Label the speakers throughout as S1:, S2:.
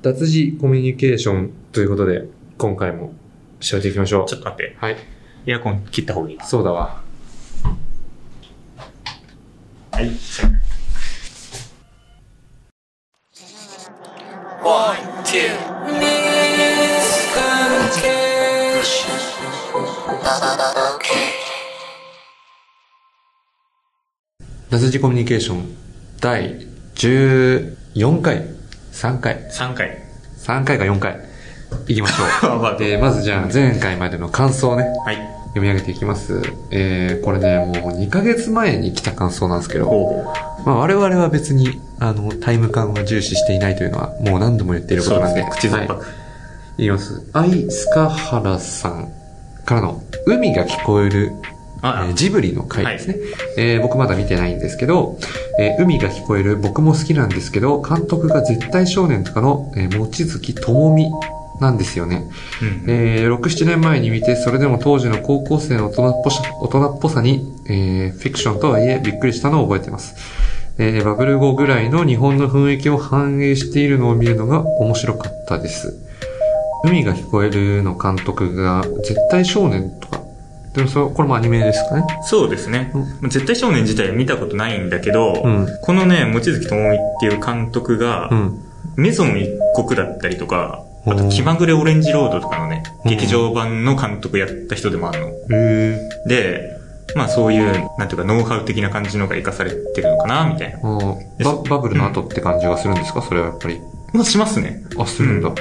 S1: 脱字コミュニケーションということで、今回も調べていきましょう
S2: ち。ょっと待って。
S1: はい。
S2: エアコン切った方がいい。
S1: そうだわ。
S2: はい。
S3: One, two. Miscommunication. Okay.
S1: 脱字コミュニケーション第14回、3回、
S2: 3回。
S1: 3回か4回、いきましょう。
S2: は
S1: で、まずじゃあ前回までの感想をね、
S2: い。
S1: 読み上げていきます。えー、これね、もう2ヶ月前に来た感想なんですけど、
S2: ほうほ。
S1: まあ我々は別に、あの、タイム感を重視していないというのは、もう何度も言っていうるこ
S2: そ
S1: と
S2: うで
S1: なん
S2: す
S1: で、
S2: ね。口
S1: は
S2: 酸っ
S1: い
S2: ぱく。
S1: 言います。アイスカハラさんからの、海が聞こえる、え
S2: あ
S1: ージブリの回ですね、えー僕まだ見てないんですけど、えー海が聞こえる僕も好きなんですけど、監督が絶対少年とかの、えー、望月智美なんですよね。
S2: うん。
S1: えー6、7年前に見て、それでも当時の高校生の大人っぽさ大人っぽさに、えーフィクションとはいえびっくりしたのを覚えてます。えーバブル後ぐらいの日本の雰囲気を反映しているのを見るのが面白かったです。海が聞こえるの監督が、絶対少年とか。でもそれ、これもアニメですかね。
S2: そうですね。
S1: うん
S2: もう絶対少年自体見たことないんだけど、
S1: うん
S2: このね、望月智美っていう監督が、
S1: うん。
S2: メゾン一国だったりとか、あ
S1: う
S2: と
S1: ん
S2: 気まぐれオレンジロードとかのね、
S1: うん
S2: 劇場版の監督やった人でもあるの。
S1: え
S2: で、まあそういう、なんていうか、ノウハウ的な感じのが活かされてるのかな、みたいな。
S1: ー、ババブルの後って感じがするんですかそれはやっぱり。
S2: まあしますね。
S1: あ、するんだ。
S2: う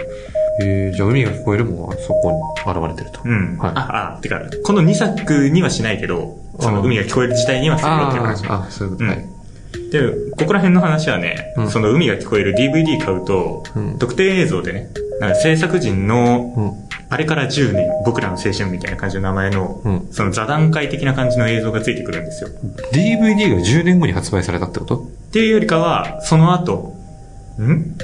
S1: えーじゃあ海が聞こえるもそこに現れてると。
S2: うん。
S1: はい
S2: あ、あ、てか、この2作にはしないけど、その
S1: うん
S2: 海が聞こえる自体にはするよっていう話。
S1: あーあ、そういうこと。
S2: うん
S1: はい。
S2: で、ここら辺の話はね、
S1: うん
S2: その海が聞こえる DVD 買うと、
S1: うん
S2: 特定映像でね、なんか制作人の、
S1: うん。
S2: あれから10年、僕らの青春みたいな感じの名前の、
S1: うん
S2: その座談会的な感じの映像がついてくるんですよ。
S1: DVD が10年後に発売されたってこと
S2: っていうよりかは、その後、ん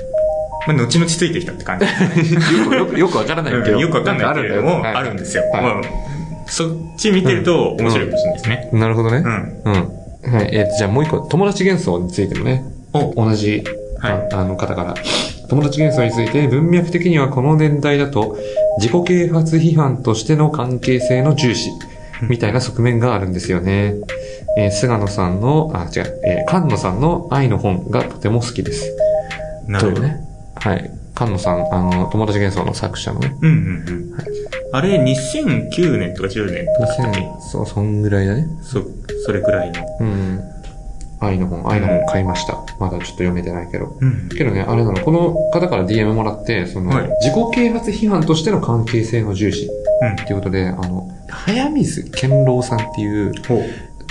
S2: まあ、後々ついてきたって感じですね。
S1: よく、よくわからないけ
S2: う
S1: ど。
S2: んよくわかんないけれども、あ
S1: だよ
S2: るんですよ。
S1: はい
S2: まあ、そっち見てると面白いかもしれないですね。
S1: はいなるほどね
S2: う。ん。
S1: うん。はい。えっと、じゃあもう一個、友達幻想についてもね、
S2: お、
S1: 同じ、
S2: はい
S1: ああの方から。友達幻想について、文脈的にはこの年代だと、自己啓発批判としての関係性の重視、みたいな側面があるんですよね。えー菅野さんの、あ、違う、えー菅野さんの愛の本がとても好きです。
S2: な
S1: とい
S2: るほ
S1: う
S2: ど。
S1: ね。はい。菅野さん、あの、友達幻想の作者のね、
S2: うんうんうん。あれ、2009年とか10年とかだったっけ
S1: 2000そう、そんぐらいだね。
S2: そ、それくらいの。
S1: うん。愛の本、愛の本買いました。まだちょっと読めてないけど。
S2: うん。
S1: けどね、あれなの、この方から DM もらって、その、
S2: はい
S1: 自己啓発批判としての関係性の重視
S2: うん。
S1: っていうことで、あの、早水健郎さんっていう、
S2: ほう。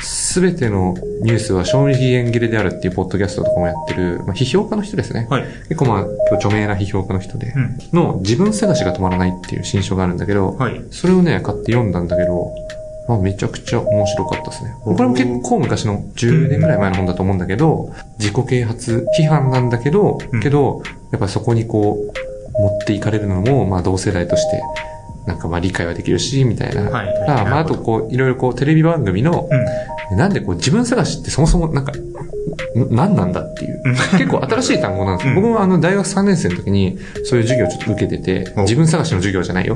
S1: すべてのニュースは賞味期限切れであるっていうポッドキャストとかもやってる、まあ、批評家の人ですね。
S2: はい。
S1: 結構まあ、今日著名な批評家の人で、
S2: うん。
S1: の自分探しが止まらないっていう新書があるんだけど、
S2: はい。
S1: それをね、買って読んだんだけど、まあ、めちゃくちゃ面白かったですね。これも結構昔の10年ぐらい前の本だと思うんだけど、自己啓発批判なんだけど
S2: うん、
S1: けど、やっぱそこにこう、持っていかれるのも、まあ同世代として、なんかまあ理解はできるし、みたいな。
S2: はいはい
S1: まあ、まああとこう、いろいろこう、テレビ番組の、
S2: うん。
S1: なんでこう、自分探しってそもそもなんか、ん何なんだっていう。
S2: うん
S1: 結構新しい単語なんですよ。
S2: うん
S1: 僕もあの、大学3年生の時に、そういう授業をちょっと受けてて、
S2: お
S1: 自分探しの授業じゃないよ。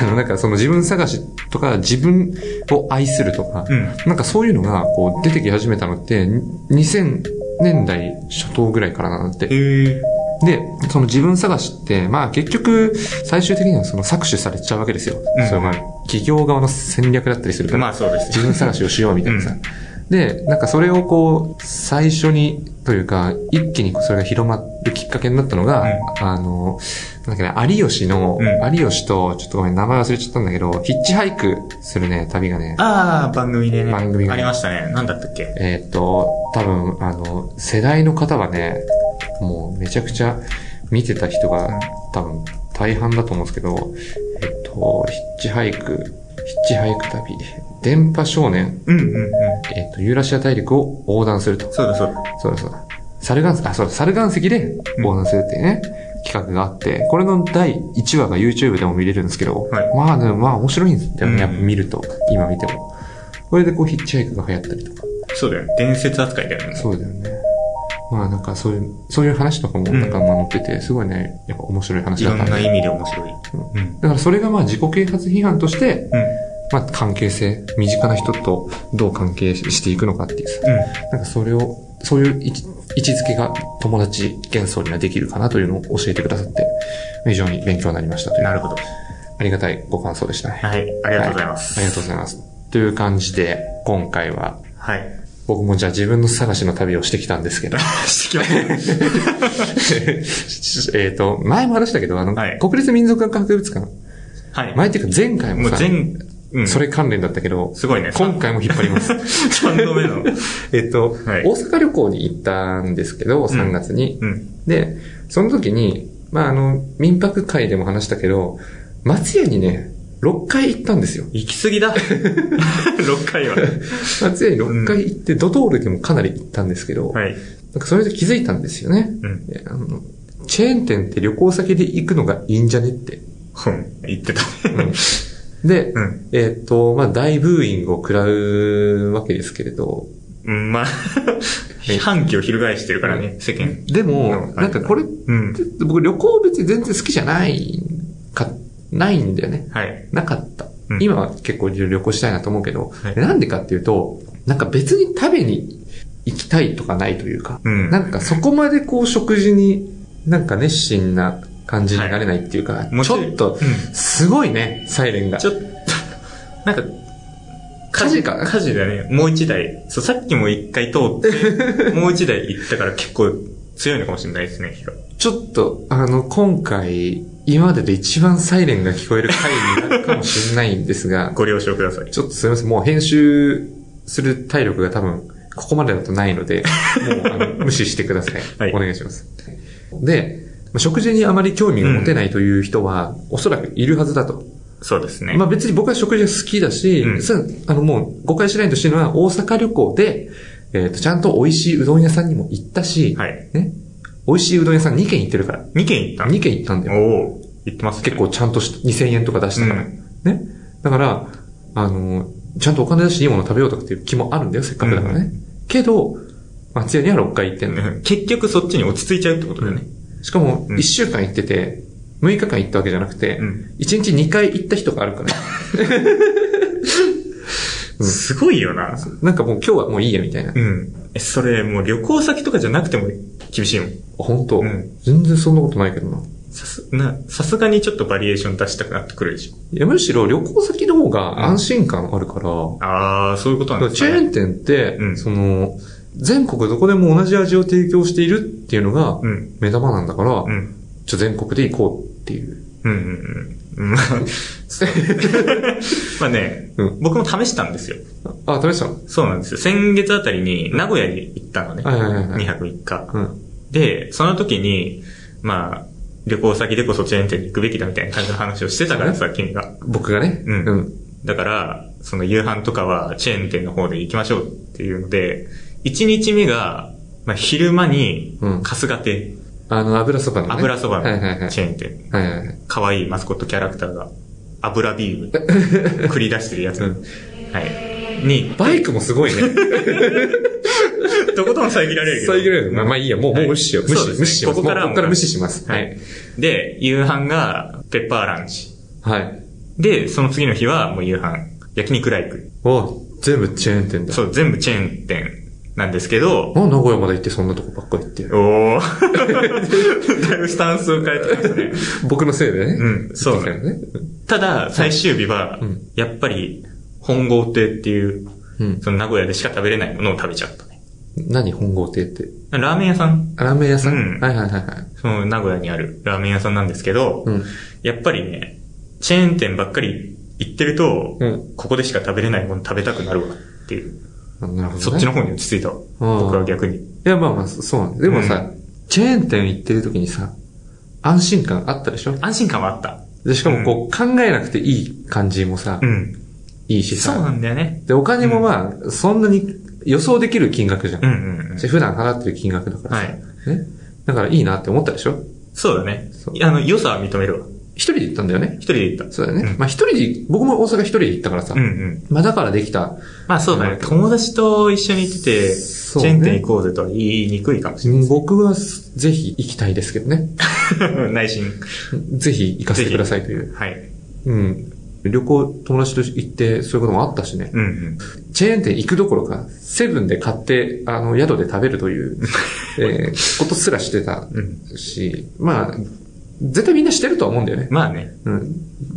S1: あの、なんかその自分探しとか、自分を愛するとか、
S2: うん。
S1: なんかそういうのが、こう、出てき始めたのって、に2000年代初頭ぐらいからなんだって。
S2: へえ。
S1: で、その自分探しって、まあ結局、最終的にはその搾取されちゃうわけですよ。
S2: うん
S1: それはまあ企業側の戦略だったりするから。
S2: まあそうです
S1: 自分探しをしようみたいなさ。
S2: う
S1: で、なんかそれをこう、最初に、というか、一気にそれが広まるきっかけになったのが、
S2: う
S1: あの、なんだっけね、有吉の、
S2: う
S1: 有吉と、ちょっとごめん、名前忘れちゃったんだけど、ヒッチハイクするね、旅がね、
S2: ああ、番組でね。
S1: 番組がね
S2: ありましたね。なんだったっけ
S1: えーっと、多分、あの、世代の方はね、もうめちゃくちゃ見てた人が、多分、大半だと思うんですけど、えっと、ヒッチハイク、ヒッチハイク旅、電波少年、
S2: うんうんうん。
S1: えっ、と、ユーラシア大陸を横断すると。
S2: そうだそうだ。
S1: そうだそうだ。サルガン、あ、そうだ、サル岩石で横断するっていうね、企画があって、これの第1話が YouTube でも見れるんですけど、
S2: はい
S1: まあでもまあ面白いんだよ
S2: うん
S1: ね、やっぱ見ると、今見ても。これでこうヒッチハイクが流行ったりとか。
S2: そうだよね。伝説扱いだよね。
S1: そうだよね。まあなんかそういう、そういう話とかもなんかまあ載ってて、すごいね、やっぱ面白い話
S2: い
S1: だ
S2: ろ
S1: っ
S2: ん
S1: たん
S2: な
S1: で。
S2: 意味で面白い。うん。
S1: だからそれがまあ自己啓発批判として、
S2: うん。
S1: まあ関係性、身近な人とどう関係していくのかっていうさ、
S2: うん。
S1: なんかそれを、そういう位置位置づけが友達幻想にはできるかなというのを教えてくださって、非常に勉強になりましたという。
S2: なるほど。
S1: ありがたいご感想でしたね。
S2: はい。ありがとうございます。
S1: ありがとうございます。という感じで、今回は、
S2: はい。
S1: 僕もじゃあ自分の探しの旅をしてきたんですけど、
S2: してきました
S1: えっと、前も話したけど、あの、
S2: はい
S1: 国立民族学博物館、
S2: はい。
S1: 前っていうか前回
S2: も
S1: も
S2: う
S1: さ、
S2: 全、うん。
S1: それ関連だったけど、
S2: すごいね。
S1: 今回も引っ張ります。
S2: 3度目の。
S1: えっと、
S2: はい
S1: 大阪旅行に行ったんですけど、3月に。
S2: うん。
S1: で、その時に、まあ、あの、民泊会でも話したけど、松屋にね、6回行ったんですよ。
S2: 行き過 ぎだ。6回は。
S1: 松屋に6回行って、ドトールでもかなり行ったんですけど、
S2: はい。
S1: なんかそれで気づいたんですよね。
S2: うん。
S1: であの、チェーン店って旅行先で行くのがいいんじゃねって。
S2: うん。言ってた。
S1: で、
S2: うん
S1: えーっと、まあ、大ブーイングを食らうわけですけれど、
S2: うん。まあ、批判旗を翻してるからね、世間。
S1: でも、
S2: うん
S1: なんかこれ、
S2: うん。
S1: 僕旅行別に全然好きじゃないか、ないんだよね。
S2: はい。
S1: なかった。
S2: うん
S1: 今は結構旅行したいなと思うけど、
S2: はい
S1: なんでかっていうと、なんか別に食べに行きたいとかないというか、
S2: うん。
S1: なんかそこまでこう食事になんか熱心な感じになれないっていうか、
S2: も
S1: ちょっと、
S2: うん
S1: すごいね、サイレンが。
S2: ちょっと、なんか、
S1: 火事か
S2: 火事だね。もう一台。そう、さっきも一回通 って、もう一台行ったから結構強いのかもしれないですね、火が。
S1: ちょっと、あの、今回、今までで一番サイレンが聞こえる回になるかもしれないんですが、
S2: ご了承ください。
S1: ちょっとすみません、もう編集する体力が多分、ここまでだとないの で、もうあの無視してください。
S2: はい
S1: お願いします。で、まあ食事にあまり興味を持てないという人は、おそらくいるはずだと。
S2: そうですね。
S1: まあ別に僕は食事が好きだし、
S2: うん
S1: それあのもう誤解しないとしてるのは大阪旅行で、えっ、と、ちゃんと美味しいうどん屋さんにも行ったし、
S2: はい。
S1: ね。美味しいうどん屋さん2軒行ってるから。
S2: 2軒行った
S1: 2軒行ったんだよ。
S2: おお行ってますね
S1: 結構ちゃんとし2000円とか出したから。
S2: う
S1: ね。だから、あの、ちゃんとお金出していいもの食べようとかっていう気もあるんだよ、せっかくだからね。けど、松屋には6回行ってんだよ。
S2: うん結局そっちに落ち着いちゃうってことだよね。
S1: しかも、
S2: うん
S1: 1週間行ってて、6日間行ったわけじゃなくて、
S2: うん
S1: 1日2回行った人があるから、 うん
S2: すごいよな。
S1: なんかもう今日はもういいや、みたいな。
S2: うん。え、それもう旅行先とかじゃなくても厳しいもん。
S1: 本当、
S2: うん
S1: 全然そんなことないけどな。
S2: さす、な、さすがにちょっとバリエーション出したくなってくるでし
S1: いや、むしろ旅行先の方が安心感あるから、
S2: ょ。ああ、そういうこと
S1: だ
S2: なん
S1: か
S2: で
S1: らチェ
S2: す
S1: ーン店って、
S2: うん
S1: その、全国どこでも同じ味を提供しているっていうのが
S2: うん。
S1: 目玉なんだから、
S2: うん。
S1: ちょ、全国で行こうっていう。
S2: うんうんうん。まあ、 そうまあね、
S1: うん
S2: 僕も試したんですよ。
S1: あ、試したの
S2: そうなんですよ。先月あたりに名古屋に行ったのね。
S1: はいはいはいはい
S2: 2泊3日。
S1: うん。
S2: で、その時に、まあ、旅行先でこそチェーン店に行くべきだみたいな感じの話をしてたからさ、君が。
S1: 僕がね。
S2: うん
S1: うん。
S2: だから、その夕飯とかはチェーン店の方で行きましょうっていうので、1日目が、まあ、昼間に
S1: うん、
S2: 春日亭、
S1: あの、油そばの、ね。
S2: 油そば
S1: はいはいは
S2: の
S1: い。
S2: チェーン店。
S1: はいはいはい。
S2: 可愛いマスコットキャラクターが、油ビーム、 繰り出してるやつ。
S1: うん
S2: はい。に、
S1: バイクもすごい ね。
S2: とことん遮られるけど。
S1: 遮られる。まあまあいいや、もう、もう無視しよう。
S2: はい
S1: 無
S2: そうで
S1: 視、無視し
S2: すね
S1: ます。
S2: ここから
S1: もうこ
S2: は
S1: こから無視します。
S2: は
S1: はいい。。
S2: で、夕飯が、ペッパーランチ。
S1: はい。
S2: で、その次の日は、もう夕飯、焼肉ライク。
S1: お全部チェーン店だ。
S2: そう、全部チェーン店なんですけど、
S1: なんで名古屋まで行ってそんなとこばっかり行って。
S2: おー。だいぶスタンスを変えてきましたね。
S1: 僕のせいでね。
S2: うんそう
S1: だ
S2: だ
S1: よ
S2: ね
S1: ね。
S2: ただ、最終日は
S1: うん、
S2: やっぱり、本郷亭っていう、
S1: うん。
S2: その名古屋でしか食べれないものを食べちゃったね。
S1: 何本郷亭って。
S2: ラーメン屋さん
S1: ラーメン屋さん、
S2: うん
S1: はいはいはいはい。
S2: その名古屋にあるラーメン屋さんなんですけど、
S1: うん。
S2: やっぱりね、チェーン店ばっかり行ってると、
S1: うん
S2: ここでしか食べれないもの食べたくなるわっていう。
S1: あなるほど、ね。
S2: そっちの方に落ち着いたわ。僕は逆に。
S1: いや、まあまあ、そそうなんだでもさ、チェーン店行ってる時にさ、安心感あったでしょ
S2: 安心感はあった。
S1: で、しかもこう、考えなくていい感じもさ、
S2: うん。
S1: いいし
S2: そう
S1: さ。
S2: なんだよね。
S1: で、お金もまあ、そんなに予想できる金額じゃん。
S2: うんうんうん
S1: じ。ゃあ普段払ってる金額だからさ、
S2: はい
S1: ね。だからいいなって思ったでしょ
S2: そうだね
S1: そう。
S2: あの、良さは認めるわ。
S1: 一人で行ったんだよね。
S2: 一人で行った。
S1: そうだよね。
S2: うん
S1: まあ一人で、僕も大阪一人で行ったからさ。
S2: うんうん。
S1: まあだからできた。
S2: まあそうだね。友達と一緒に行ってて、チ
S1: そう
S2: ェーン店
S1: ね。
S2: 行こうぜとは言いにくいかもしれない。
S1: 僕はぜひ行きたいですけどね。
S2: 内心。
S1: ぜひ行かせてくださいという。
S2: はい。
S1: うん。旅行、友達と行って、そういうこともあったしね。
S2: うんうん。
S1: チェーン店行くどころか、セブンで買って、あの、宿で食べると いう、えーことすらしてた
S2: うん。
S1: し、まあ、絶対みんなしてるとは思うんだよね。
S2: まあね。
S1: うん。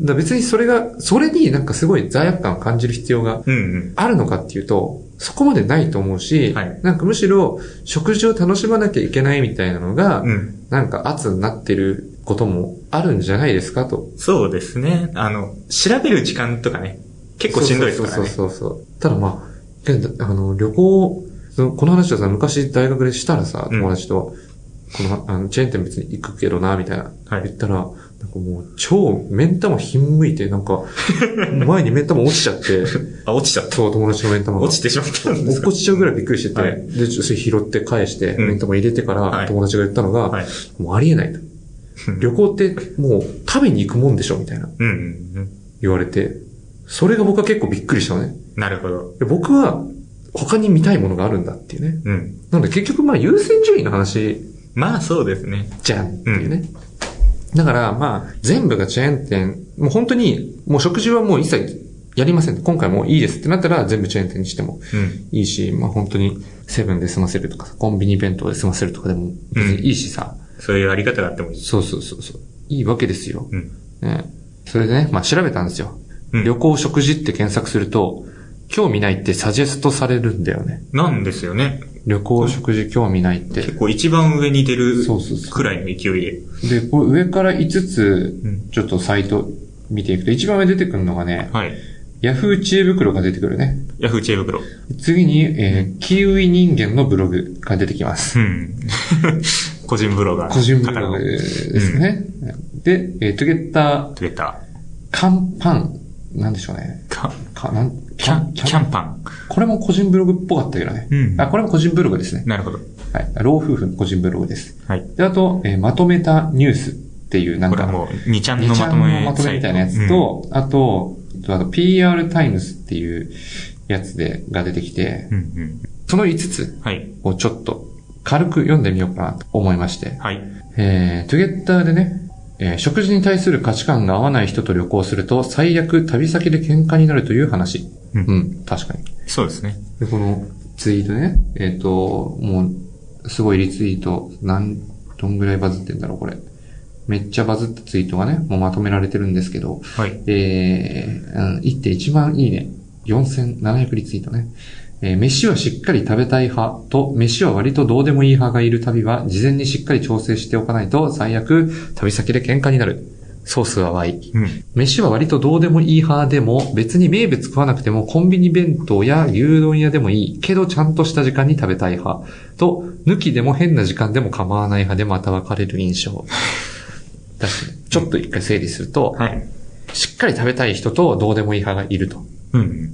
S1: だから別にそれが、それになんかすごい罪悪感を感じる必要が
S2: うんうん。
S1: あるのかっていうと、そこまでないと思うし、
S2: はい
S1: なんかむしろ食事を楽しまなきゃいけないみたいなのが、
S2: うん。
S1: なんか圧になってることもあるんじゃないですかと。
S2: そうですね。あの、調べる時間とかね、結構しんどいですから
S1: そう
S2: ね。
S1: そうそうそう。ただまあ、現あの、旅行、そのこの話をさ、昔大学でしたらさ、
S2: うん
S1: 友達と、この、あの、チェーン店別に行くけどな、みたいな。
S2: はい
S1: 言ったら、なんかもう、超、目ん玉ひんむいて、なんか、 前に目ん玉落ちちゃって、
S2: あ、落ちちゃった。
S1: そう、友達の目ん玉が。
S2: 落ちてしまったんで
S1: 落
S2: す
S1: っ
S2: か
S1: こちちゃうぐらいびっくりしてて、
S2: はい
S1: で、ちょっとそれ拾って返して、
S2: うん
S1: 目ん玉入れてから、
S2: はい
S1: 友達が言ったのが、
S2: はい。
S1: もうありえない と。旅行って、もう、食べに行くもんでしょ、みたいな、
S2: うんうんうん。
S1: 言われて、それが僕は結構びっくりしたのね。
S2: なるほど。
S1: で僕は他に見たいものがあるんだっていうね。
S2: うん。
S1: なので結局まあ優先順位の話
S2: まあそうですね。
S1: じゃんっていうね。だからまあ全部がチェーン店、もう本当にもう食事はもう一切やりません。今回もういいですってなったら全部チェーン店にしても
S2: うん。
S1: いいし、まあ本当にセブンで済ませるとかさ、コンビニ弁当で済ませるとかでも別にいいしさ。
S2: そういうあり方があってもいい。
S1: そうそうそうそう。いいわけですよ。
S2: うん。
S1: ね、それでね、まあ調べたんですよ。
S2: うん
S1: 旅行食事って検索すると、興味ないってサジェストされるんだよね。
S2: なんですよね。
S1: 旅行、食事、興味ないって。
S2: 結構一番上に出る
S1: そうそうそ
S2: くらいの勢いで。
S1: う。で、これ上から5つ
S2: うん、
S1: ちょっとサイト見ていくと、一番上出てくるのがね、
S2: はい。
S1: ヤフー知恵袋が出てくるね。
S2: ヤフー知恵袋。
S1: 次に、えーキウイ人間のブログが出てきます。
S2: うん。 個人ブロガー。
S1: 個人ブロ
S2: 高
S1: グ
S2: 野
S1: ですね。で、えートゥゲッター、
S2: トゥゲッタ
S1: カンパン、なんでしょうね。
S2: ー。か
S1: かなん
S2: キャン、キャンパン。
S1: これも個人ブログっぽかったけどね。
S2: うん
S1: あ、これも個人ブログですね。
S2: なるほど。
S1: はい。老夫婦の個人ブログです。
S2: はい。
S1: で、あと、えーまとめたニュースっていう、なん
S2: これ
S1: か
S2: は、もう、2ちゃん
S1: ね
S2: の
S1: ち
S2: ま
S1: ゃ
S2: と
S1: んの
S2: め。
S1: まとめみたいなやつと、あと、あと PR タイムズっていうやつで、が出てきて
S2: う、ん、うん
S1: その5つ
S2: うん。はい。
S1: をちょっと軽く読んでみようかなと思いまして、
S2: はい。
S1: えー、トゥゲッターでね、えー食事に対する価値観が合わない人と旅行すると、最悪旅先で喧嘩になるという話。
S2: うん
S1: うん、確かに。
S2: そうですね。
S1: で、このツイートね、えっ、と、もう、すごいリツイート、なん、どんぐらいバズってんだろう、これ。めっちゃバズったツイートがね、もうまとめられてるんですけど、
S2: はい。
S1: えー、うん1.1万いいね。4700リツイートね。えー飯はしっかり食べたい派と、飯は割とどうでもいい派がいる旅は、事前にしっかり調整しておかないと、最悪、旅先で喧嘩になる。ソースは Y。
S2: うん。
S1: 飯は割とどうでもいい派でも、別に名物食わなくてもコンビニ弁当や牛丼屋でもいい、けどちゃんとした時間に食べたい派。と、抜きでも変な時間でも構わない派でまた分かれる印象。だしちょっと一回整理すると、
S2: はい。
S1: しっかり食べたい人とどうでもいい派がいると。
S2: うんうん。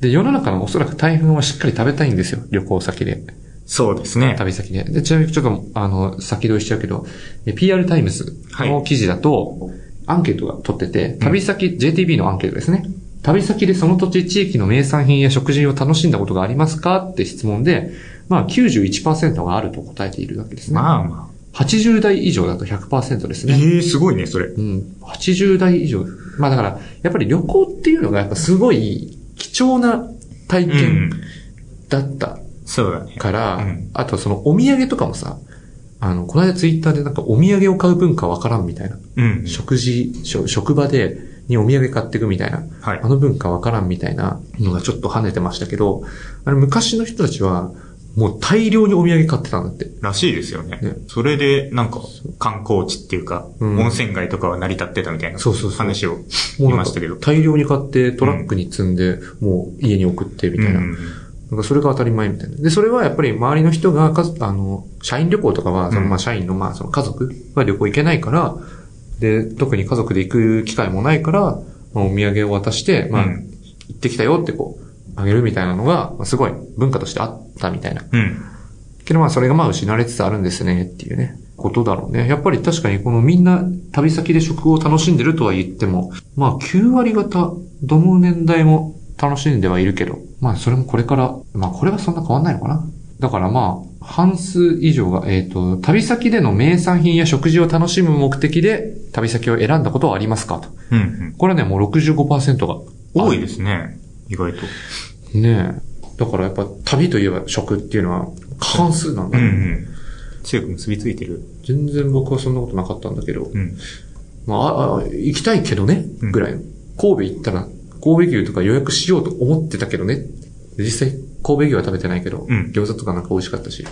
S1: で、世の中のおそらく大半はしっかり食べたいんですよ。旅行先で。
S2: そうですね。
S1: 旅先で。で、ちなみにちょっと、あの、先取りしちゃうけど、え PR タイムズの記事だと、アンケートが取ってて、旅先、JTB のアンケートですね。旅先でその土地地域の名産品や食事を楽しんだことがありますかって質問で、まあ91%があると答えているわけですね。
S2: まあまあ。
S1: 80代以上だと100%ですね。
S2: ええ、すごいね、それ。
S1: うん、80代以上。まあだから、やっぱり旅行っていうのがやっぱすごい貴重な体
S2: う
S1: 験
S2: ん。
S1: だった
S2: そうだね。
S1: から、
S2: うん
S1: あとそのお土産とかもさ、あの、この間ツイッターでなんかお土産を買う文化わからんみたいな。
S2: うん。
S1: 食事、し職場で、にお土産買ってくみたいな。
S2: はい
S1: あ。の文化わからんみたいなのがちょっと跳ねてましたけど、あれ昔の人たちは、もう大量にお土産買ってたんだって。
S2: らしいですよね。
S1: ね
S2: それで、なんか、観光地っていうか、
S1: うん
S2: 温泉街とかは成り立ってたみたいな
S1: そうそうそう
S2: 話を
S1: も
S2: 見
S1: うな
S2: ま
S1: んか
S2: したけど。
S1: 大量に買ってトラックに積んで、もう家に送ってみたいな。
S2: うん
S1: なんかそれが当たり前みたいな。で、それはやっぱり周りの人が、かあの、社員旅行とかは、その
S2: うん
S1: まあ社員のまあその家族は旅行行けないから、で、特に家族で行く機会もないから、まあお土産を渡して、まあ、
S2: うん
S1: 行ってきたよってこう、あげるみたいなのが、まあすごい文化としてあったみたいな。
S2: うん。
S1: けどまあそれがまあ失われつつあるんですねっていうね。ことだろうね。やっぱり確かにこのみんな旅先で食を楽しんでるとは言っても、まあ9割方、どの年代も楽しんではいるけど、まあそれもこれから、まあこれはそんな変わんないのかな。だからまあ、半数以上が、えっ、と、旅先での名産品や食事を楽しむ目的で旅先を選んだことはありますかと。
S2: うんうん。
S1: これはね、もう65%が。
S2: 多いですね。意外と。
S1: ねえ。だからやっぱ旅といえば食っていうのは半数なん
S2: う
S1: だ
S2: んう
S1: ね、
S2: ん。強く結びついてる。
S1: 全然僕はそんなことなかったんだけど。
S2: うん。
S1: まああ、あ、行きたいけどね、
S2: うん
S1: ぐらいの。神戸行ったら、神戸牛とか予約しようと思ってたけどね。で実際、神戸牛は食べてないけど、
S2: うん
S1: 餃子とかなんか美味しかったし、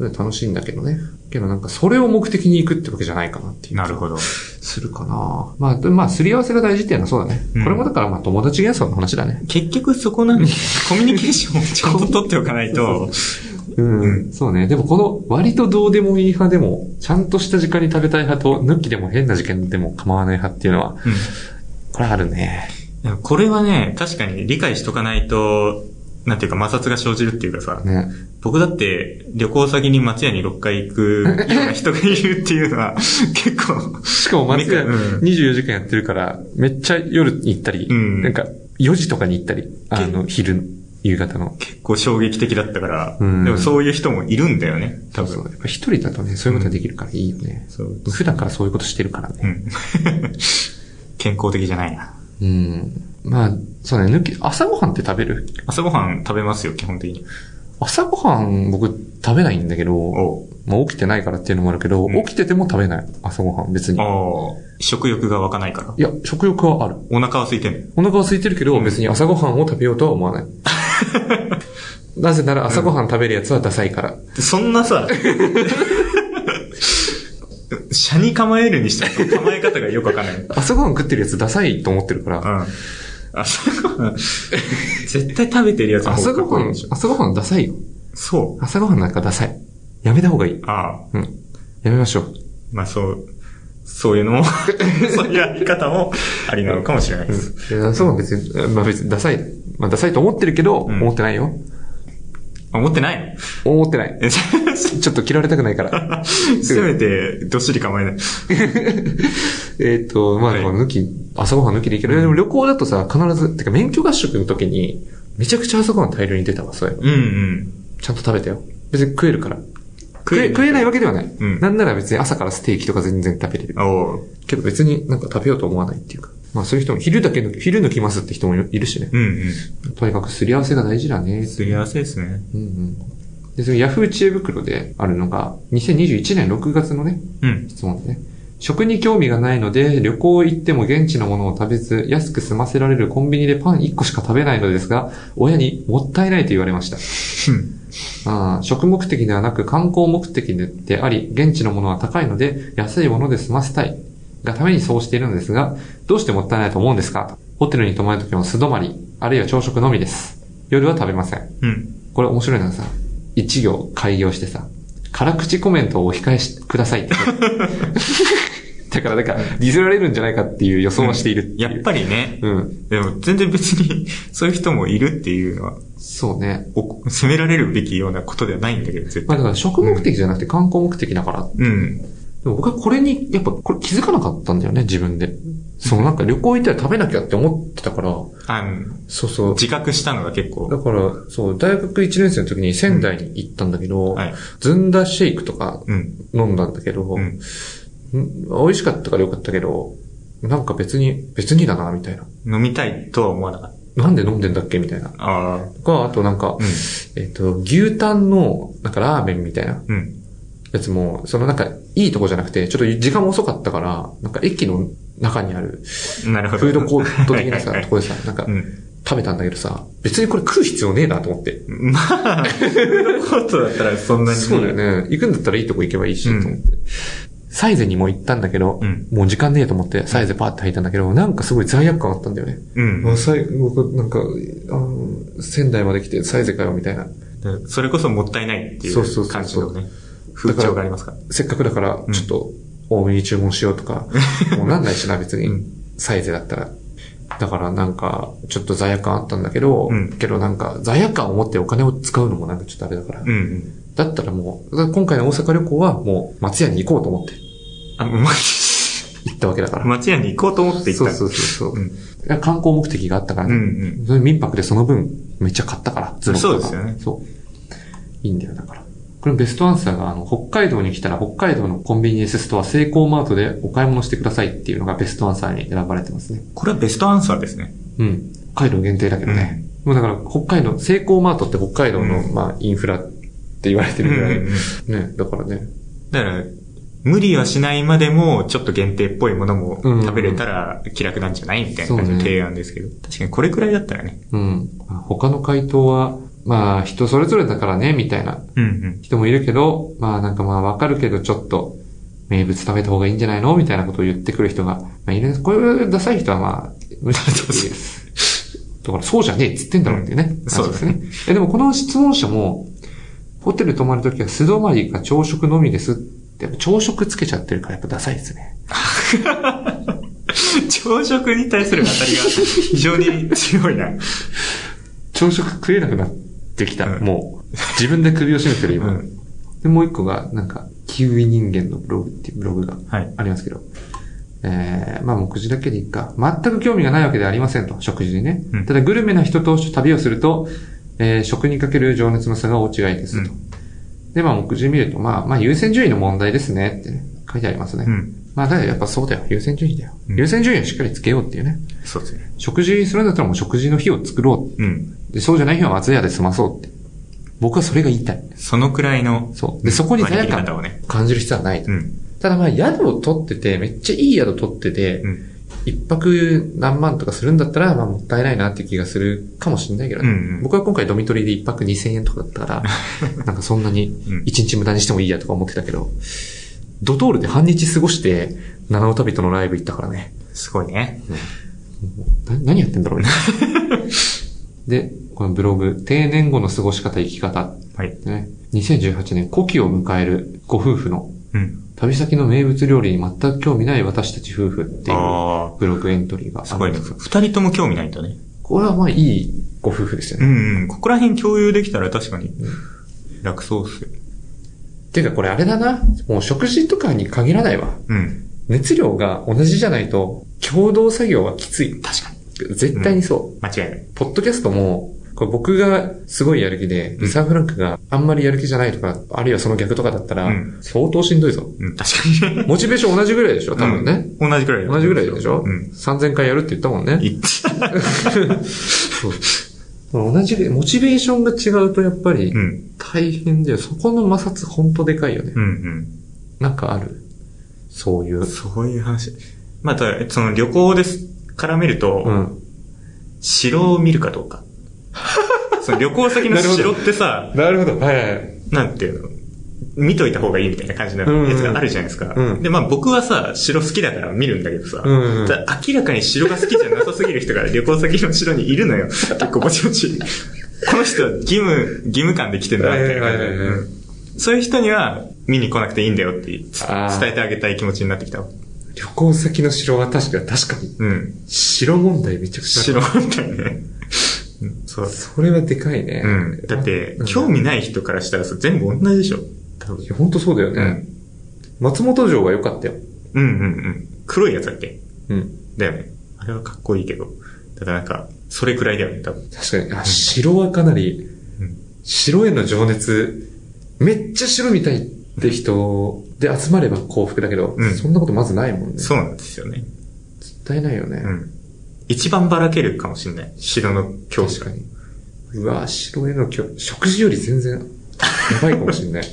S1: 楽しいんだけどね。けどなんか、それを目的に行くってわけじゃないかなっていう。
S2: なるほど。
S1: するかなまあ、でまあ、すり合わせが大事っていうのはそうだね。
S2: うん
S1: これもだからまあ、友達幻想の話だね。
S2: 結局そこなん で、コミュニケーションをちゃんと取っておかないと。
S1: うん、
S2: う
S1: そうね。でもこの割とどうでもいい派でも、ちゃんとした時間に食べたい派と、抜きでも変な時間でも構わない派っていうのは、
S2: うん
S1: これあるね。
S2: いやこれはね、確かに理解しとかないと、なんていうか摩擦が生じるっていうかさ、
S1: ね。
S2: 僕だって旅行先に松屋に6回行くような人がいるっていうの は結構、
S1: しかも松屋
S2: うん
S1: 24時間やってるから、めっちゃ夜に行ったり、
S2: うん
S1: なんか4時とかに行ったり、あの、昼、夕方の。
S2: 結構衝撃的だったから、
S1: うん
S2: でもそういう人もいるんだよね、多分。
S1: そうやっぱ一人だとね、そういうことができるからいいよね。
S2: そう
S1: 普段からそういうことしてるから
S2: う
S1: ね。
S2: ん。 健康的じゃないな。
S1: うん。まあ、そうね、抜き、朝ごはんって食べる
S2: 朝ごはん食べますよ、基本的に。
S1: 朝ごはん僕食べないんだけど、
S2: おう
S1: まあ起きてないからっていうのもあるけど、
S2: うん
S1: 起きてても食べない。朝ごはん別に。
S2: ああ、食欲が湧かないから。
S1: いや、食欲はある。
S2: お腹は空いてんの
S1: お腹は空いてるけど、別に朝ごはんを食べようとは思わ ない。なぜなら朝ごはん食べるやつはダサいから。
S2: そんなさ、車に構えるにしても構え方がよくわかんない。うん。
S1: 朝ごはん食ってるやつダサいと思ってるから、
S2: 朝ごはん、絶対食べてるやつの
S1: 朝
S2: 方が
S1: ご
S2: かっこ
S1: はい
S2: い
S1: ん
S2: でし、ょ。
S1: 朝ごはんダサいよ。
S2: そ
S1: 朝ごはんなんかダサい。やめた方がいい。
S2: う。ああ、
S1: うん。やめましょう。
S2: まあそう、そういうのも、 そういうやり方もありなのかもしれないです。
S1: いや朝ごはん別に、まあ別にダサい。まあダサいと思ってるけど、
S2: うん
S1: 思ってないよ。
S2: 思ってないの
S1: 思ってない。
S2: えせ
S1: ちょっと嫌われたくない から。
S2: せめて、どっしり構えない。
S1: えっと、まあ
S2: は
S1: で
S2: い
S1: も抜き、朝ごはん抜きでいいけど、でも旅行だとさ、必ず、てか免許合宿の時に、めちゃくちゃ朝ごはん大量に出たわ、そういうの。
S2: うんうん。
S1: ちゃんと食べたよ。別に食えるから。
S2: 食
S1: 食え、食えないわけではない。
S2: うん
S1: なんなら別に朝からステーキとか全然食べれる。
S2: おう。
S1: けど別になんか食べようと思わないっていうか。まあそういう人も、昼だけ抜き、昼抜きますって人もいるしね。
S2: うんうん。
S1: とにかくすり合わせが大事だね。
S2: すり合わせですね。
S1: うんうん。で、そのヤフー知恵袋であるのが、2021年6月のね、
S2: うん。
S1: 質問ね。食に興味がないので、旅行行っても現地のものを食べず、安く済ませられるコンビニでパン1個しか食べないのですが、親にもったいないと言われました。あー食目的ではなく観光目的であり、現地のものは高いので、安いもので済ませたいがためにそうしているのですが、どうしてもったいないと思うんですかホテルに泊まるときも素泊まり、あるいは朝食のみです。夜は食べません。
S2: うん。
S1: これ面白いのはさ、一行開業してさ、辛口コメントをお控えしください って。だから、だから、ディズられるんじゃないかっていう予想はしているっていう。
S2: やっぱりね、
S1: うん。
S2: でも全然別に、 そういう人もいるっていうのは、
S1: そうね。
S2: お責められるべきようなことではないんだけど、絶
S1: まあ
S2: 対。
S1: だから、食目的じゃなくて観光目的だから。
S2: うん。
S1: でも僕はこれに、やっぱこれ気づかなかったんだよね、自分で。そのなんか旅行行ったら食べなきゃって思ってたから、
S2: あの、
S1: そうそう。
S2: 自覚したのが結構
S1: だ。から、そう、大学1年生の時に仙台に行ったんだけど、
S2: はい。
S1: ずんだシェイクとか
S2: うん。
S1: 飲んだんだけど、
S2: うん。
S1: ん美味しかったから良かったけど、なんか別に、別にだな、みたいな。
S2: 飲みたいとは思わなかっ
S1: なんで飲んでんだっけみたいな。
S2: た。ああ。
S1: とか、あとなんか、
S2: う。
S1: えっ、と、牛タンの、なんかラーメンみたいなん
S2: うん。
S1: やつも、そのなんか、いいとこじゃなくて、ちょっと時間も遅かったから、なんか駅の中にある、
S2: なるほど。
S1: フードコート的な
S2: は
S1: さ、
S2: い
S1: と
S2: はい
S1: こでさ、なんか
S2: は、い うん。
S1: 食べたんだけどさ、別にこれ食う必要ねえなと思って。
S2: まあ、フードコートだったらそんなに。
S1: そうだよ。ね。行くんだったらいいとこ行けばいいし、
S2: うん
S1: と思って。サイゼにも行ったんだけど、
S2: うん
S1: もう時間ねえと思って、サイゼパーって入ったんだけど、なんかすごい罪悪感あったんだよね。
S2: うん
S1: もう。最僕、なんか、あの、仙台まで来て、サイゼかよ、みたいな。
S2: でそれこそもったいないってい
S1: そうそうそう
S2: う感じのね、
S1: だ
S2: 風
S1: から
S2: 潮がありますから。
S1: せっかくだから、
S2: ん
S1: ちょっと、多めに注文しようと か、もうなんないしな、別に、
S2: うん
S1: サイゼだったら。だからなんか、ちょっと罪悪感あったんだけど、
S2: うん
S1: けどなんか、罪悪感を持ってお金を使うのもなんかちょっとあれだから、
S2: うんうん。
S1: だったらもう、だから今回の大阪旅行はもう松屋に行こうと思って
S2: あ、ま、
S1: 行ったわけだから。
S2: 町屋に行こうと思って行った。
S1: そうそうそうそう
S2: うん
S1: いや観光目的があったから、
S2: うん
S1: ね
S2: うん。
S1: それ民泊でその分めっちゃ買ったから、ズロとか
S2: そうですよね
S1: そう。いいんだよ、だから。これベストアンサーが、あの、北海道に来たら北海道のコンビニエンスストア、セイコーマートでお買い物してくださいっていうのがベストアンサーに選ばれてますね。
S2: これはベストアンサーですね。
S1: うん。北海道限定だけどね。もうだから、北海道、セイコーマートって北海道の、
S2: うん
S1: まあ、インフラって言われて
S2: うん
S1: るぐらい。
S2: うんうん
S1: ね、だからね。
S2: だから、無理はしないまでも、ちょっと限定っぽいものも
S1: うん
S2: 食べれたら気楽なんじゃないみたいな感じ
S1: そ
S2: の
S1: うね
S2: 提案ですけど。確かにこれくらいだったらね。
S1: うん。まあ他の回答は、まあ、人それぞれだからね、みたいな
S2: うんうん。
S1: 人もいるけど、まあなんかまあわかるけどちょっと名物食べた方がいいんじゃないのみたいなことを言ってくる人が、まあいる。こういうダサい人はまあ、無理だと
S2: そう
S1: だからそうじゃねえっつってんだろうっていうね。
S2: んそうですね
S1: 話ですね。え、でもこの質問者も、ホテル泊まるときは素泊まりか朝食のみですって、やっぱ朝食つけちゃってるからやっぱダサいですね。
S2: 朝食に対する当たりが非常に強いな。
S1: 朝食食えなくなってきた。
S2: うん
S1: もう、自分で首を絞めてる今。
S2: うん
S1: で、もう一個が、なんか、キウイ人間のブログっていうブログが
S2: はい。
S1: ありますけど。えー、まあ、目次だけでいいか。全く興味がないわけではありませんと、食事にね。
S2: うん
S1: ただ、グルメな人と旅をすると、えー、食にかける情熱の差が大違いですと。
S2: う
S1: で、まあ、目次見ると、まあ、まあ、優先順位の問題ですねって、ね、書いてありますね。
S2: うん。
S1: まあ、だからやっぱそうだよ。優先順位だよ。
S2: うん
S1: 優先順位をしっかりつけようっていうね。
S2: そうですね。
S1: 食事するんだったらもう食事の日を作ろ
S2: うん。
S1: う。で、そうじゃない日は松屋で済まそうって。僕はそれが言いたい。
S2: そのくらいの。
S1: そうでそこに罪悪感
S2: 割り切り方をね。
S1: 感じる必要はないと。
S2: うん。
S1: ただまあ、宿を取ってて、めっちゃいい宿取ってて、
S2: うん。
S1: 一泊何万とかするんだったら、まあもったいないなっていう気がするかもしれないけどね。
S2: うんうん
S1: 僕は今回ドミトリーで一泊2000円とかだ ったから、なんかそんなに
S2: うん
S1: 一日無駄にしてもいいやとか思ってたけど、ドトールで半日過ごして、七尾旅人のライブ行ったからね。
S2: すごいね。
S1: な何やってんだろう ね。で、このブログ、定年後の過ごし方、生き方。
S2: はい。
S1: ね、2018年、古希を迎えるご夫婦の
S2: うん。
S1: 旅先の名物料理に全く興味ない私たち夫婦っていう
S2: あ
S1: ブログエントリーがあ
S2: あ。
S1: る
S2: すごいね。二人とも興味ないんだね。
S1: これはまあいいご夫婦ですよ
S2: う
S1: ね。
S2: んうん。ここら辺共有できたら確かに楽そうっすよ。
S1: ていうかこれあれだな。もう食事とかに限らないわ。
S2: うん。
S1: 熱量が同じじゃないと、共同作業はきつい。
S2: 確かに。
S1: 絶対にそう。
S2: 間違いない。
S1: ポッドキャストも、これ僕がすごいやる気で、リサーフランクがあんまりやる気じゃないとか、あるいはその逆とかだったら
S2: うん、
S1: 相当しんどいぞ。
S2: うん、確かに。
S1: モチベーション同じぐらいでしょ多分ね。
S2: うん。同じくらいだ
S1: 同じぐらいでしょ
S2: うん。
S1: ?3000 回やるって言ったもんね。
S2: いっちゃ
S1: そう。同じで、モチベーションが違うとやっぱり
S2: う、ん。
S1: 大変で、そこの摩擦ほんとでかいよね。
S2: うんうん。
S1: なんかあるそういう。
S2: そういう話。まあ、ただ、その旅行です、絡めると、
S1: ん。
S2: 城を見るかど うか。その旅行先の
S1: なるほど
S2: 城ってさ、
S1: なるほど。はいはいはい。
S2: なんていうの見といた方がいいみたいな感じのやつがあるじゃないですか。
S1: うんうん
S2: で、まあ僕はさ、城好きだから見るんだけどさ、
S1: うんうん
S2: ただ明らかに城が好きじゃなさすぎる人が旅行先の城 にいるのよ。結構ぼちぼち。この人は義務、義務感で来てんだなみたいな感じで
S1: はいはいはいはい
S2: うんそういう人には見に来なくていいんだよって伝
S1: あー
S2: えてあげたい気持ちになってきたわ。
S1: 旅行先の城は確かに、確かに。
S2: うん。
S1: 城問題めちゃくちゃ。
S2: 城みたいね。うんそう。
S1: それはでかいね。
S2: うん。だって、
S1: うん
S2: 興味ない人からしたらさ、全部同じでしょ。多分
S1: いや、ほんとそうだよ
S2: う
S1: ね。
S2: ん。
S1: 松本城は良かったよ。
S2: うんうんうん。黒いやつだっけ
S1: うん。
S2: だよね。あれはかっこいいけど。ただなんか、それくらいだよね、多分。
S1: 確かに。あ、城はかなり
S2: うん、
S1: 城への情熱、めっちゃ城みたいって人で集まれば幸福だけど
S2: う、ん
S1: そんなことまずないもんね。
S2: そうなんですよね。
S1: 絶対ないよね
S2: う。ん。一番ばらけるかもしれない。城の教師
S1: 確かに。うわ、城へのきょ食事より全然、やばいかもしん ない。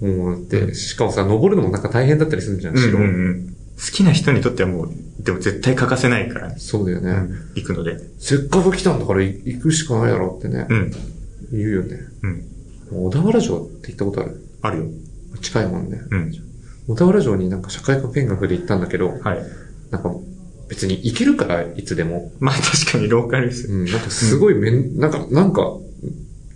S1: もう、だって、しかもさ、登るのもなんか大変だったりするじゃん、
S2: うん
S1: 城。
S2: うんうん。好きな人にとってはもう、でも絶対欠かせないから、
S1: そうだよね、
S2: うん。行くので。
S1: せっかく来たんだからい行くしかないだろうってね、
S2: うん。
S1: 言うよね。
S2: うん。
S1: 小田原城って行ったことある
S2: あるよ。
S1: 近いもんね。
S2: うん。
S1: 小田原城になんか社会科見学で行ったんだけど、
S2: はい。
S1: なんか別に行けるから、いつでも。
S2: まあ確かにローカルです
S1: う
S2: よ。
S1: ん、なんかすごいめん、なんか、なんか、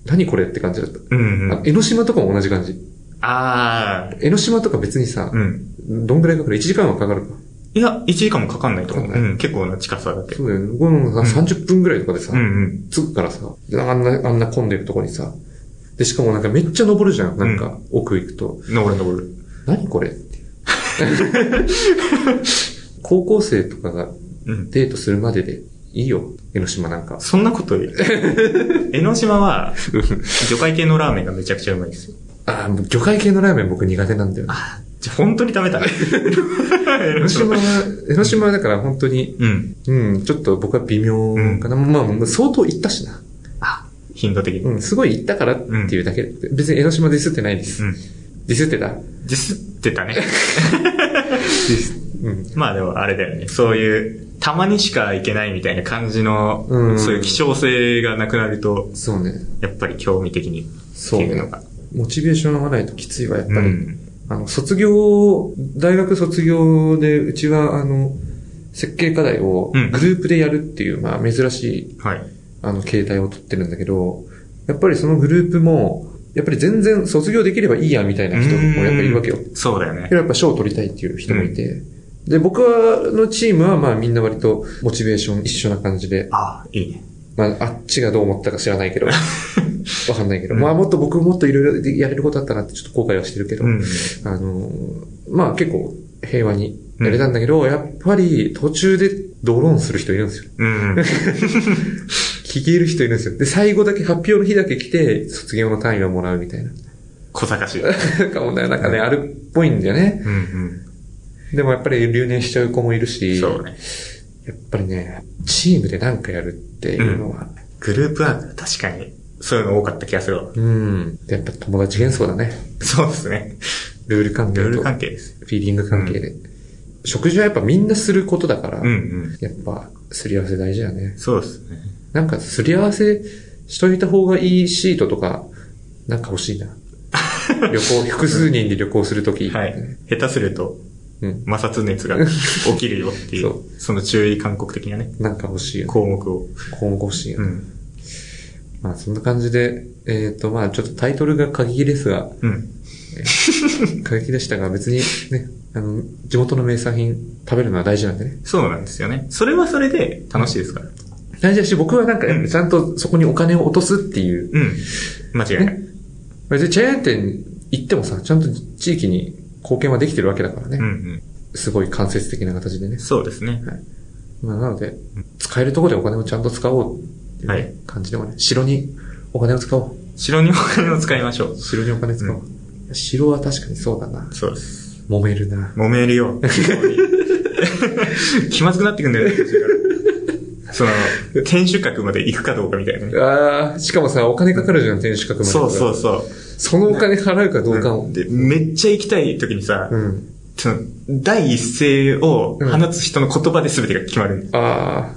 S1: 何これって感じだった。
S2: うんう
S1: あ
S2: ん。
S1: 江ノ島とかも同じ感じ。
S2: あー。
S1: 江ノ島とか別にさ、
S2: うん。
S1: どんぐらいかかる ?1 時間はかかるか。
S2: いや、1時間もかかんないと思う。
S1: かかんな
S2: うん。結構な近さだけ。
S1: そうだよね。このさ、
S2: うん
S1: 30分ぐらいとかでさ、
S2: うんうん。
S1: 着くからさ、あんな、あんな混んでるとこにさ、で、しかもなんかめっちゃ登るじゃん。なんか、奥行くと。
S2: 登る登る。
S1: 何これ っていう。高校生とかが
S2: うん。
S1: デートするまででいいよ。江ノ島なんか。
S2: そんなこ と言う江ノ島は、魚介系のラーメンがめちゃくちゃうまいですよ。
S1: ああ、もう魚介系のラーメン僕苦手なんだよ。
S2: じゃ、本当に食べたね。江
S1: 江ノ島。は、江ノ島はだから本当に、
S2: うん。
S1: うん、ちょっと僕は微妙かな。まあ、もう相当行ったしな。
S2: あ、頻度的に。
S1: うん、すごい行ったからっていうだけで。別に江ノ島ディスってないです。
S2: うん。
S1: ディスってた。
S2: ディスってたね。
S1: うん。
S2: まあでもあれだよね。そういう、たまにしか行けないみたいな感じの、
S1: うん
S2: そういう希少性がなくなると、
S1: そうね。
S2: やっぱり興味的にって
S1: そう
S2: いう
S1: ね
S2: の。が。
S1: モチベーションがないときついわ、やっぱり。
S2: うん。
S1: あの、卒業、大学卒業で、うちは、あの、設計課題をグ
S2: うん
S1: ループでやるっていう、まあ、珍しい、
S2: はい。
S1: あの、形態をとってるんだけど、やっぱりそのグループも、やっぱり全然卒業できればいいや、みたいな人もやっぱりいるわけよ。
S2: そうだよね
S1: け。どやっぱ賞を取りたいっていう人もいて、で、僕のチームは、まあ、みんな割と、モチベーション一緒な感じで、
S2: ああ、いいね。
S1: まあ、あっちがどう思ったか知ら ないけど、わかんないけど、
S2: うん
S1: まあ、もっと僕もっといろいろやれることあったなって、ちょっと後悔はしてるけど、
S2: うん。
S1: あのー、まあ結構平和にやれたんだけど、やっぱり途中でドローンする人いるんですよ。
S2: うん。
S1: 聞ける人いるんですよ。で、最後だけ発表の日だけ来て、卒業の単位はもらうみたいな。
S2: 小賢しい。
S1: なんかもうね、なんかね、あるっぽいんだよね。
S2: うん
S1: でもやっぱり留年しちゃう子もいる
S2: うん。
S1: し、
S2: そうね。
S1: やっぱりね、チームでなんかやるっていうのは、
S2: グループワーク、確かに、そういうの多かった気がするわ。
S1: うん。でやっぱ友達幻想だね。
S2: そうですね。
S1: ルール関係
S2: ルール
S1: と、フ
S2: 関係です。
S1: ィーリング関係で。食事はやっぱみんなすることだから、
S2: うんうん。
S1: やっぱすり合わせ大事だね。
S2: そうですね。
S1: なんかすり合わせしといた方がいいシートとか、なんか欲 しいな。旅行、複数人で旅行するとき、
S2: はい。下手すると、
S1: うん。
S2: 摩擦熱が起きるよってい、
S1: そう
S2: その注意勧告的なね、
S1: なんか欲しいよ、ね。
S2: 項目を。
S1: 今後欲しいよ、
S2: う
S1: ね
S2: ん。
S1: まあそんな感じで、えっ、とまあちょっとタイトルが過激ですが、
S2: うん。
S1: 過激でしたが別にね、あの、地元の名産品食べるのは大事なんでね。
S2: そうなんですよね。それはそれで楽しいですから。
S1: 大事だし僕はなんか
S2: うん
S1: ちゃんとそこにお金を落とすっていう。
S2: うん。間違いない。
S1: 別にチェーン店行ってもさ、ちゃんと地域に貢献はできてるわけだからね。
S2: うんうん。
S1: すごい間接的な形でね。
S2: そうですね。
S1: まあ、なので、使えるところでお金をちゃんと使おうっていうね
S2: はい
S1: 感じでもね、城にお金を使おう。
S2: 城にお金を使いましょう。
S1: 城にお金使おう。城は確かにそうだな。
S2: そうです。
S1: 揉めるな。
S2: 揉めるよ。 気まずくなってくんだよね、途中からその、天守閣まで行くかどうかみたいなね。
S1: ああ、しかもさ、お金かかるじゃん、天守閣まで。
S2: そうそうそう。
S1: そのお金払うかどうか
S2: う
S1: も
S2: ん。で、めっちゃ行きたい時にさ、
S1: うん。
S2: その、第一声を放つ人の言葉で全てが決まる。
S1: ああ、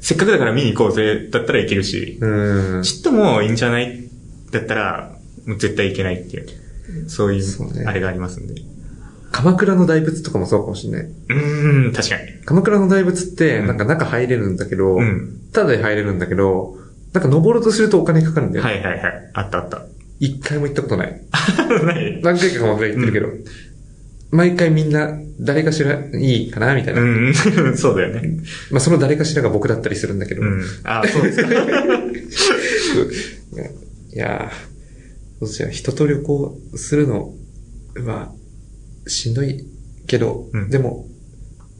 S2: せっかくだから見に行こうぜ、だったらいけるし、
S1: うん。
S2: ちょっともういいんじゃないだったら、もう絶対いけないっていう、そうい
S1: そうね
S2: う、あれがありますんで。う,、
S1: 鎌倉の大仏とかもそうかもしれない。
S2: ん、確かに。
S1: 鎌倉の大仏って、
S2: うん
S1: なんか中入れるんだけど、
S2: うん。
S1: ただで入れるんだけど、なんか登ろうとするとお金かかるんだよ。
S2: はいはいはい。あったあった。
S1: 一回も行ったことない。
S2: ない
S1: 何回か鎌倉行ってるけど、毎回みんな、誰かしらいいかなみたいな。
S2: うん、 そうだよね。
S1: まあ、その誰かしらが僕だったりするんだけど。
S2: うん。あ、そうですか。
S1: いやー、そうじゃ人と旅行するのは、しんどいけど、
S2: うん
S1: でも、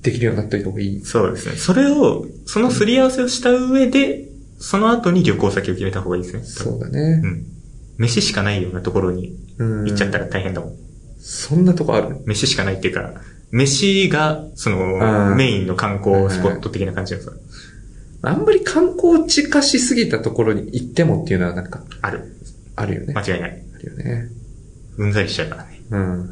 S1: できるようになっといた方がいい。
S2: そうですね。それを、そのすり合わせをした上で、その後に旅行先を決めた方がいいですね。。
S1: そううだね
S2: う。ん。飯しかないようなところに
S1: うん。
S2: 行っちゃったら大変だもん。
S1: そんなとこある
S2: 飯しかないっていうか、飯が、そ
S1: あー
S2: の、メインの観光スポット的な感じのさ、
S1: あんまり観光地化しすぎたところに行ってもっていうのはなんか、
S2: ある。
S1: あるよね。
S2: 間違いない。
S1: あるよね。
S2: うんざりしちゃうからね。
S1: うん。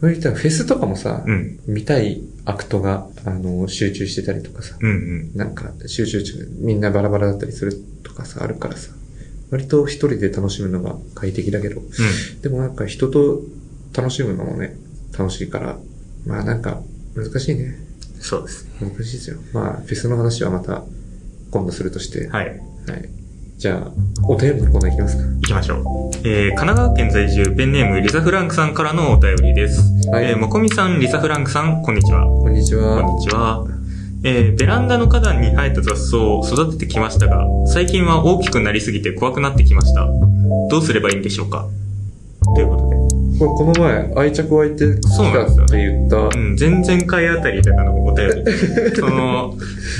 S1: そういったらフェスとかもさ、
S2: うん。
S1: 見たいアクトが、あの、集中してたりとかさ、
S2: うんうん。
S1: なんか、集中中、みんなバラバラだったりするとかさ、あるからさ、割と一人で楽しむのが快適だけど、でもなんか人と楽しむのもね、楽しいから、まあなんか、難しいね。
S2: うん。そうですね。
S1: 難しいですよ。まあ、フェスの話はまた、今度するとして、は
S2: はい。
S1: い。じゃあ、お便りのコーナーいきますか。
S2: 行きましょう。えー、神奈川県在住、ペンネーム、リサ・フランクさんからのお便りです。
S1: はい
S2: えー、もこみさん、リサ・フランクさん、こんにちは。
S1: こんにちは。
S2: こんにちは。えー、ベランダの花壇に生えた雑草を育ててきましたが、最近は大きくなりすぎて怖くなってきました。どうすればいいんでしょうかということで。
S1: これこの前、愛着湧いてき
S2: そうな
S1: た
S2: んですよ
S1: って言った、
S2: うん、前々回あたりだったのお便 り。その、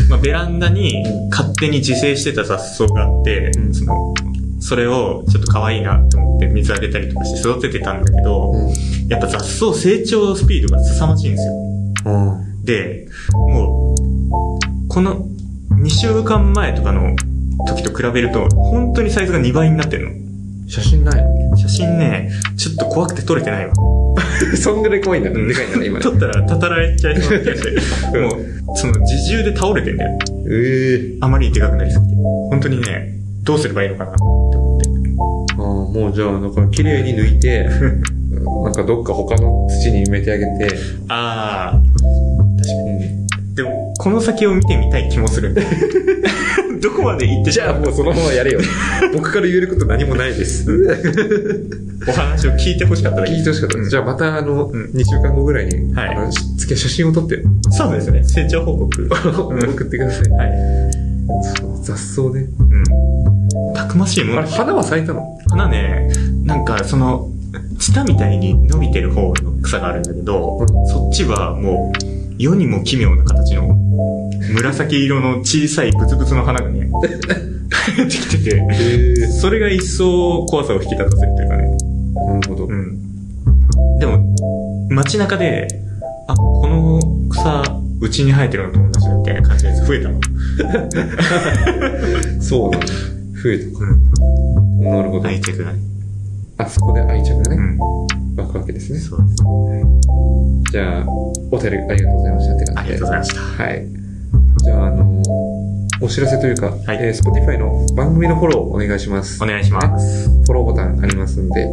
S2: まあ、ベランダに勝手に自生してた雑草があって、
S1: うん
S2: その、それをちょっと可愛いなと思って水あげたりとかして育ててたんだけど、
S1: うん
S2: やっぱ雑草成長スピードが凄まじいんですよ。
S1: うん。
S2: で、もう、この2週間前とかの時と比べると、本当にサイズが2倍になってる
S1: 写真ないの
S2: の。写真ね、ちょっと怖くて撮れてないわ。
S1: そんぐらい怖いんだ
S2: うん
S1: ね。でかいんだね、今ね
S2: 撮。ったら、たたられちゃいそうな気がして。もう、その、自重で倒れてんだよ。
S1: ええ
S2: あまりにでかくなりすぎて。本当にね、どうすればいいのかな。
S1: ああ、もうじゃあ、だから綺麗に抜い て、なんかどっか他の土に埋めてあげて、
S2: ああ。確か
S1: うん
S2: に。でも、この先を見てみたい気もする んだよ。どこまで行って
S1: じゃあもうそのままやれよ。 僕から言えること何もないです。
S2: お話を聞いてほしかっただ け
S1: 聞いてほしかった。
S2: うん
S1: じゃあまたあの、
S2: ん
S1: 2週間後ぐらいに、
S2: はい
S1: あの、し次は写真を撮って、
S2: そうですね。成長報 告。
S1: 送
S2: うん
S1: ってください。
S2: はい。
S1: そう 雑草ね。
S2: うん。たくましいも
S1: あ
S2: ん
S1: れ、。花は咲いたの
S2: 花ね、なんかその、ツタみたいに伸びてる方の草があるんだけど、
S1: うん
S2: そっちはもう、世にも奇妙な形の、紫色の小さいブツブツの花がね、生えてきてて、
S1: へえ。
S2: それが一層怖さを引き立たせるというかね。
S1: なるほど
S2: う。ん。でも、街中で、あ、この草、うちに生えてるのと同じだみたいな感じのやつ増えたの。
S1: そうだね。増えたか。なるほど。
S2: 愛着がね。
S1: あそこで愛着がね、
S2: うん。
S1: 湧くわけですね。
S2: そうです。
S1: じゃあ、お便りありがとうございましたって
S2: あ
S1: 感
S2: り
S1: じで
S2: がとうご。ざいました。
S1: はい。じゃあ、あの、お知らせというか、
S2: い
S1: えー Spotify の番組のフォローお願いします。
S2: お願いします。
S1: フォローボタンありますんで、ぜ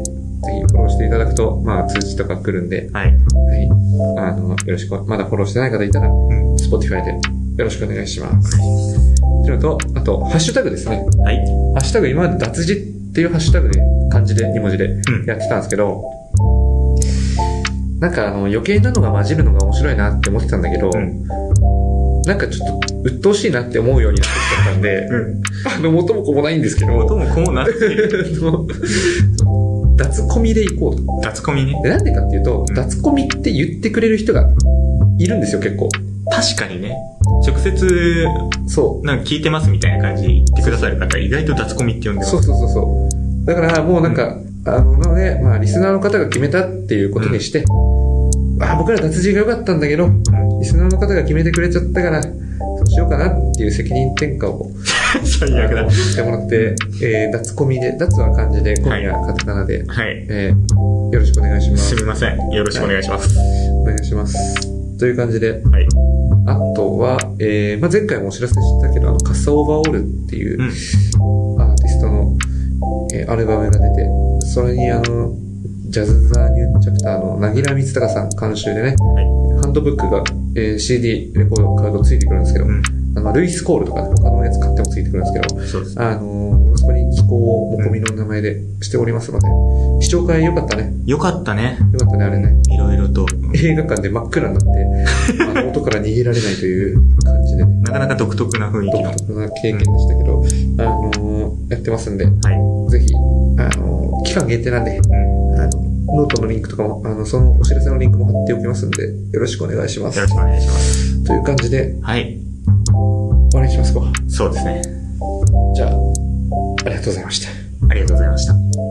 S1: ひフォローしていただくと、まあ通知とか来るんで、
S2: はい。
S1: はい。あの、よろしく、まだフォローしてない方いたら、
S2: ん
S1: Spotify でよろしくお願いします。というのと、あと、ハッシュタグですね。
S2: はい。
S1: ハッシュタグ、今まで脱字っていうハッシュタグで、漢字で、2文字で
S2: うん
S1: やってたんですけど、なんかあの、余計なのが混じるのが面白いなって思ってたんだけど、
S2: うん
S1: なんかちょっと、鬱陶しいなって思うようになってきちゃったんで、
S2: うん。
S1: あの、元も子もないんですけど、
S2: 元も子もなってる。
S1: あの脱コミでいこうと。
S2: 脱コミね。
S1: で、なんでかっていうと、
S2: うん
S1: 脱コミって言ってくれる人がいるんですよ、結構。
S2: 確かにね。直接、
S1: そ
S2: なんか聞いてますみたいな感じで言ってくださる方、意外と脱コミって呼
S1: う。
S2: んでます。
S1: そうそうそうそう。だから、もうなんか、あの、なので、まあ、リスナーの方が決めたっていうことにして、あ、僕ら脱字が良かったんだけど、リスナーの方が決めてくれちゃったから、そうしようかなっていう責任転嫁を
S2: 最悪だ。
S1: あ
S2: は
S1: のしてもらって、えー、脱コミで、脱は漢字で、コミはカタカナで、
S2: い。
S1: えー、よろしくお願いしますす。
S2: みません。よろしくお願いします。
S1: お願いします。という感じで、
S2: はい。
S1: あとは、えーまあ、前回もお知らせしたけど、あの、カッサオーバーオールっていう
S2: うん
S1: アーティストの、えーアルバムが出て、それにあの、ジャズ・ザ・ニューチャプターのなぎらみつたかさん監修でね、
S2: はい
S1: ハンドブックが、えー CD、レコード、カードついてくるんですけど、
S2: うん
S1: あのルイス・コールとか、ね、他のやつ買ってもついてくるんですけど、
S2: そうです。
S1: あのーそこに寄稿をもこみの名前でしておりますので、視聴会良かったね。
S2: よかったね。
S1: 良かったね、あれね。
S2: いろいろと。
S1: 映画館で真っ暗になって、 あの音から逃げられないという感じでね、
S2: なかなか独特な雰囲気の。
S1: 独特な経験でしたけど、あのーやってますんで、
S2: はい。
S1: ぜひ、あのー期間限定なんで、
S2: うん
S1: あの、ノートのリンクとかも、あの、そのお知らせのリンクも貼っておきますんで、よろしくお願いします
S2: よろ。しくお願いします。
S1: という感じで、
S2: はい。
S1: 終わりにしますか。
S2: そうですね。
S1: じゃあ、ありがとうございました。
S2: ありがとうございました。